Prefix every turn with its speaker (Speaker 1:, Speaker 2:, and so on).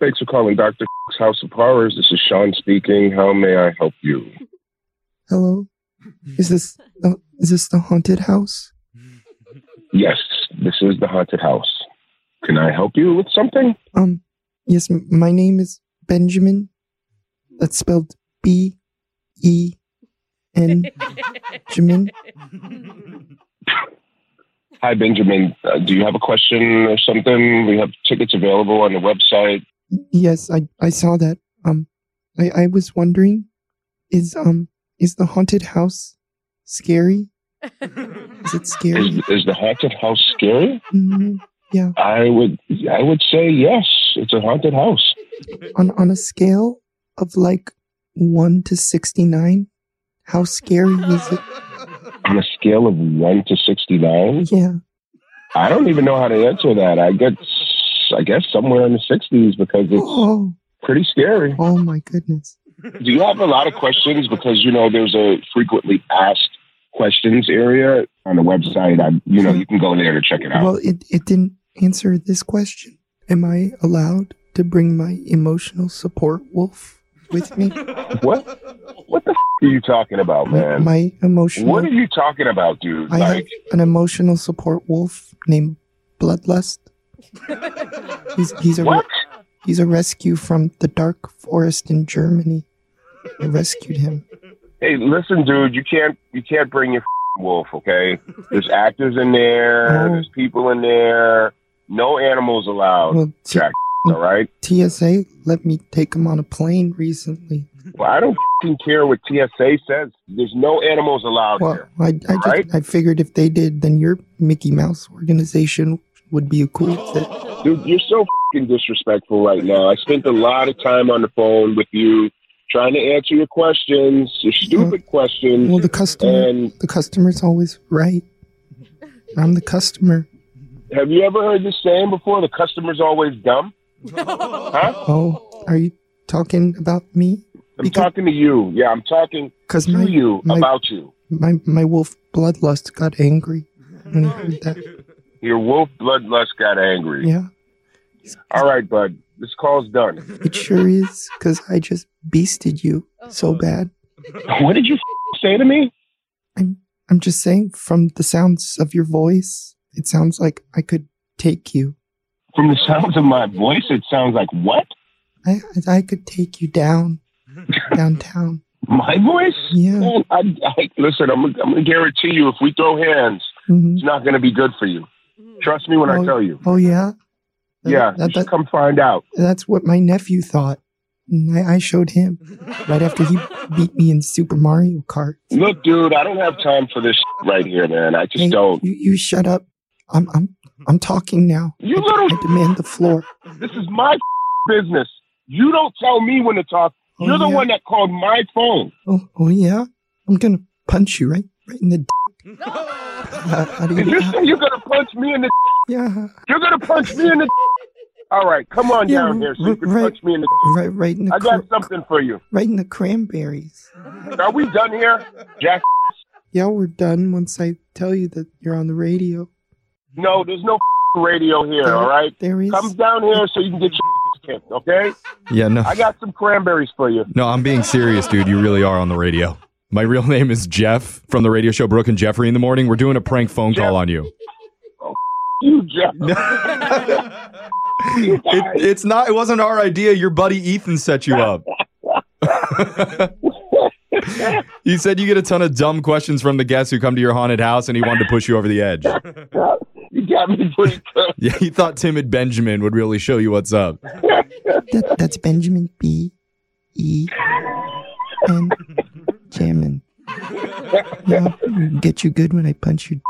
Speaker 1: Thanks for calling Dr. House of Horrors. This is Sean speaking. How may I help you?
Speaker 2: Hello? Is this the, is this the haunted house?
Speaker 1: Yes, this is the haunted house. Can I help you with something?
Speaker 2: Um, yes, m- my name is Benjamin. That's spelled B E N Jamin.
Speaker 1: Hi, Benjamin. Uh, do you have a question or something? We have tickets available on the website.
Speaker 2: Yes, I I saw that. Um, I I was wondering, is um is the haunted house scary? Is it
Speaker 1: Is,
Speaker 2: scary?
Speaker 1: is the haunted house scary?
Speaker 2: Mm,
Speaker 1: I would I would say yes. It's a haunted house.
Speaker 2: on on a scale of like one to sixty nine, how scary is it?
Speaker 1: On a scale of one to sixty nine,
Speaker 2: Yeah.
Speaker 1: I don't even know how to answer that. I get I guess somewhere in the sixties because it's
Speaker 2: Oh,
Speaker 1: pretty scary.
Speaker 2: oh my goodness.
Speaker 1: Do you have a lot of questions? Because you know, there's a frequently asked questions area on the website. I, you know, you can go there to check it out.
Speaker 2: Well, it it didn't answer this question. Am I allowed to bring my emotional support wolf with me?
Speaker 1: what? What the f- are you talking about, man?
Speaker 2: My emotional.
Speaker 1: What are you talking about, dude?
Speaker 2: I have
Speaker 1: Like,
Speaker 2: an emotional support wolf named Bloodlust. he's he's a
Speaker 1: what?
Speaker 2: he's a rescue from the dark forest in Germany. I rescued him.
Speaker 1: Hey, listen, dude, you can't you can't bring your f***ing wolf, okay? There's actors in there,
Speaker 2: No.
Speaker 1: there's people in there. No animals allowed.
Speaker 2: Well, T-
Speaker 1: Jack, all right?
Speaker 2: TSA let me take him on a plane recently.
Speaker 1: Well, I don't f***ing care what TSA says. There's no animals allowed
Speaker 2: Well,
Speaker 1: here.
Speaker 2: I, I just
Speaker 1: Right?
Speaker 2: I figured if they did, then your Mickey Mouse organization would be a cool
Speaker 1: Oh.
Speaker 2: fit.
Speaker 1: Dude, you're so f***ing disrespectful right now. I spent a lot of time on the phone with you trying to answer your questions, your stupid questions.
Speaker 2: Mm-hmm. Well, the customer
Speaker 1: and
Speaker 2: the customer's always right. I'm the customer.
Speaker 1: have you ever heard this saying before? The customer's always dumb. Huh?
Speaker 2: Oh, are you talking about me?
Speaker 1: I'm
Speaker 2: Because-
Speaker 1: talking to you. Yeah, I'm talking
Speaker 2: Because
Speaker 1: to
Speaker 2: my,
Speaker 1: you
Speaker 2: my-
Speaker 1: about you.
Speaker 2: my my wolf bloodlust got angry when he heard that.
Speaker 1: Your wolf bloodlust got angry.
Speaker 2: Yeah,
Speaker 1: All right, bud. This call's done.
Speaker 2: it sure is. Because I just beasted you so bad.
Speaker 1: What did you say to me?
Speaker 2: I'm just saying, from the sounds of your voice, it sounds like I could take you.
Speaker 1: From the sounds of my voice, it sounds like what?
Speaker 2: I I could take you down downtown.
Speaker 1: My voice?
Speaker 2: Yeah.
Speaker 1: Man, I, I, listen, I'm, I'm going to guarantee you if we throw hands,
Speaker 2: hmm
Speaker 1: it's not going to be good for you. Trust me when I
Speaker 2: Oh,
Speaker 1: tell you.
Speaker 2: Oh yeah.
Speaker 1: Yeah,
Speaker 2: That-
Speaker 1: you should
Speaker 2: that-
Speaker 1: come find out.
Speaker 2: that's what my nephew thought. And I, I showed him right after he beat me in Super Mario Kart.
Speaker 1: Look, dude, I don't have time for this right here, man. I just
Speaker 2: Hey,
Speaker 1: don't.
Speaker 2: You, you shut up. I'm I'm I'm talking now.
Speaker 1: You
Speaker 2: I
Speaker 1: little
Speaker 2: demand the floor.
Speaker 1: This is my business. You don't tell me when to talk.
Speaker 2: Oh,
Speaker 1: You're the
Speaker 2: yeah.
Speaker 1: one that called my phone.
Speaker 2: Oh, oh yeah. I'm gonna punch you right right in the. D- uh, How- how do
Speaker 1: Did
Speaker 2: you-
Speaker 1: you say you're gonna punch me in the?
Speaker 2: yeah.
Speaker 1: You're gonna punch me in the? All right, come on
Speaker 2: Yeah,
Speaker 1: down here so you can
Speaker 2: right.
Speaker 1: punch me in the.
Speaker 2: Right right in the
Speaker 1: I got
Speaker 2: cra-
Speaker 1: something for you.
Speaker 2: right in the cranberries.
Speaker 1: Are we done here, Jack?
Speaker 2: Yeah, we're done once I tell you that you're on the radio.
Speaker 1: No, there's no radio here.
Speaker 2: There-
Speaker 1: All right,
Speaker 2: There is.
Speaker 1: come down here so you can get your kicked. Okay,
Speaker 3: Yeah, no,
Speaker 1: I got some cranberries for you.
Speaker 3: no, I'm being serious, dude. You really are on the radio. My real name is Jeff from the radio show Brooke and Jeffrey in the morning. We're doing a prank phone call on you.
Speaker 1: You Jeff.
Speaker 3: It, it's not. It wasn't our idea. Your buddy Ethan set you up. he said you get a ton of dumb questions from the guests who come to your haunted house, and he wanted to push you over the edge.
Speaker 1: You got me pretty good.
Speaker 3: Yeah, he thought timid Benjamin would really show you what's up.
Speaker 2: That, that's Benjamin B. E. N. Jammin. Yeah, get you good when I punch you.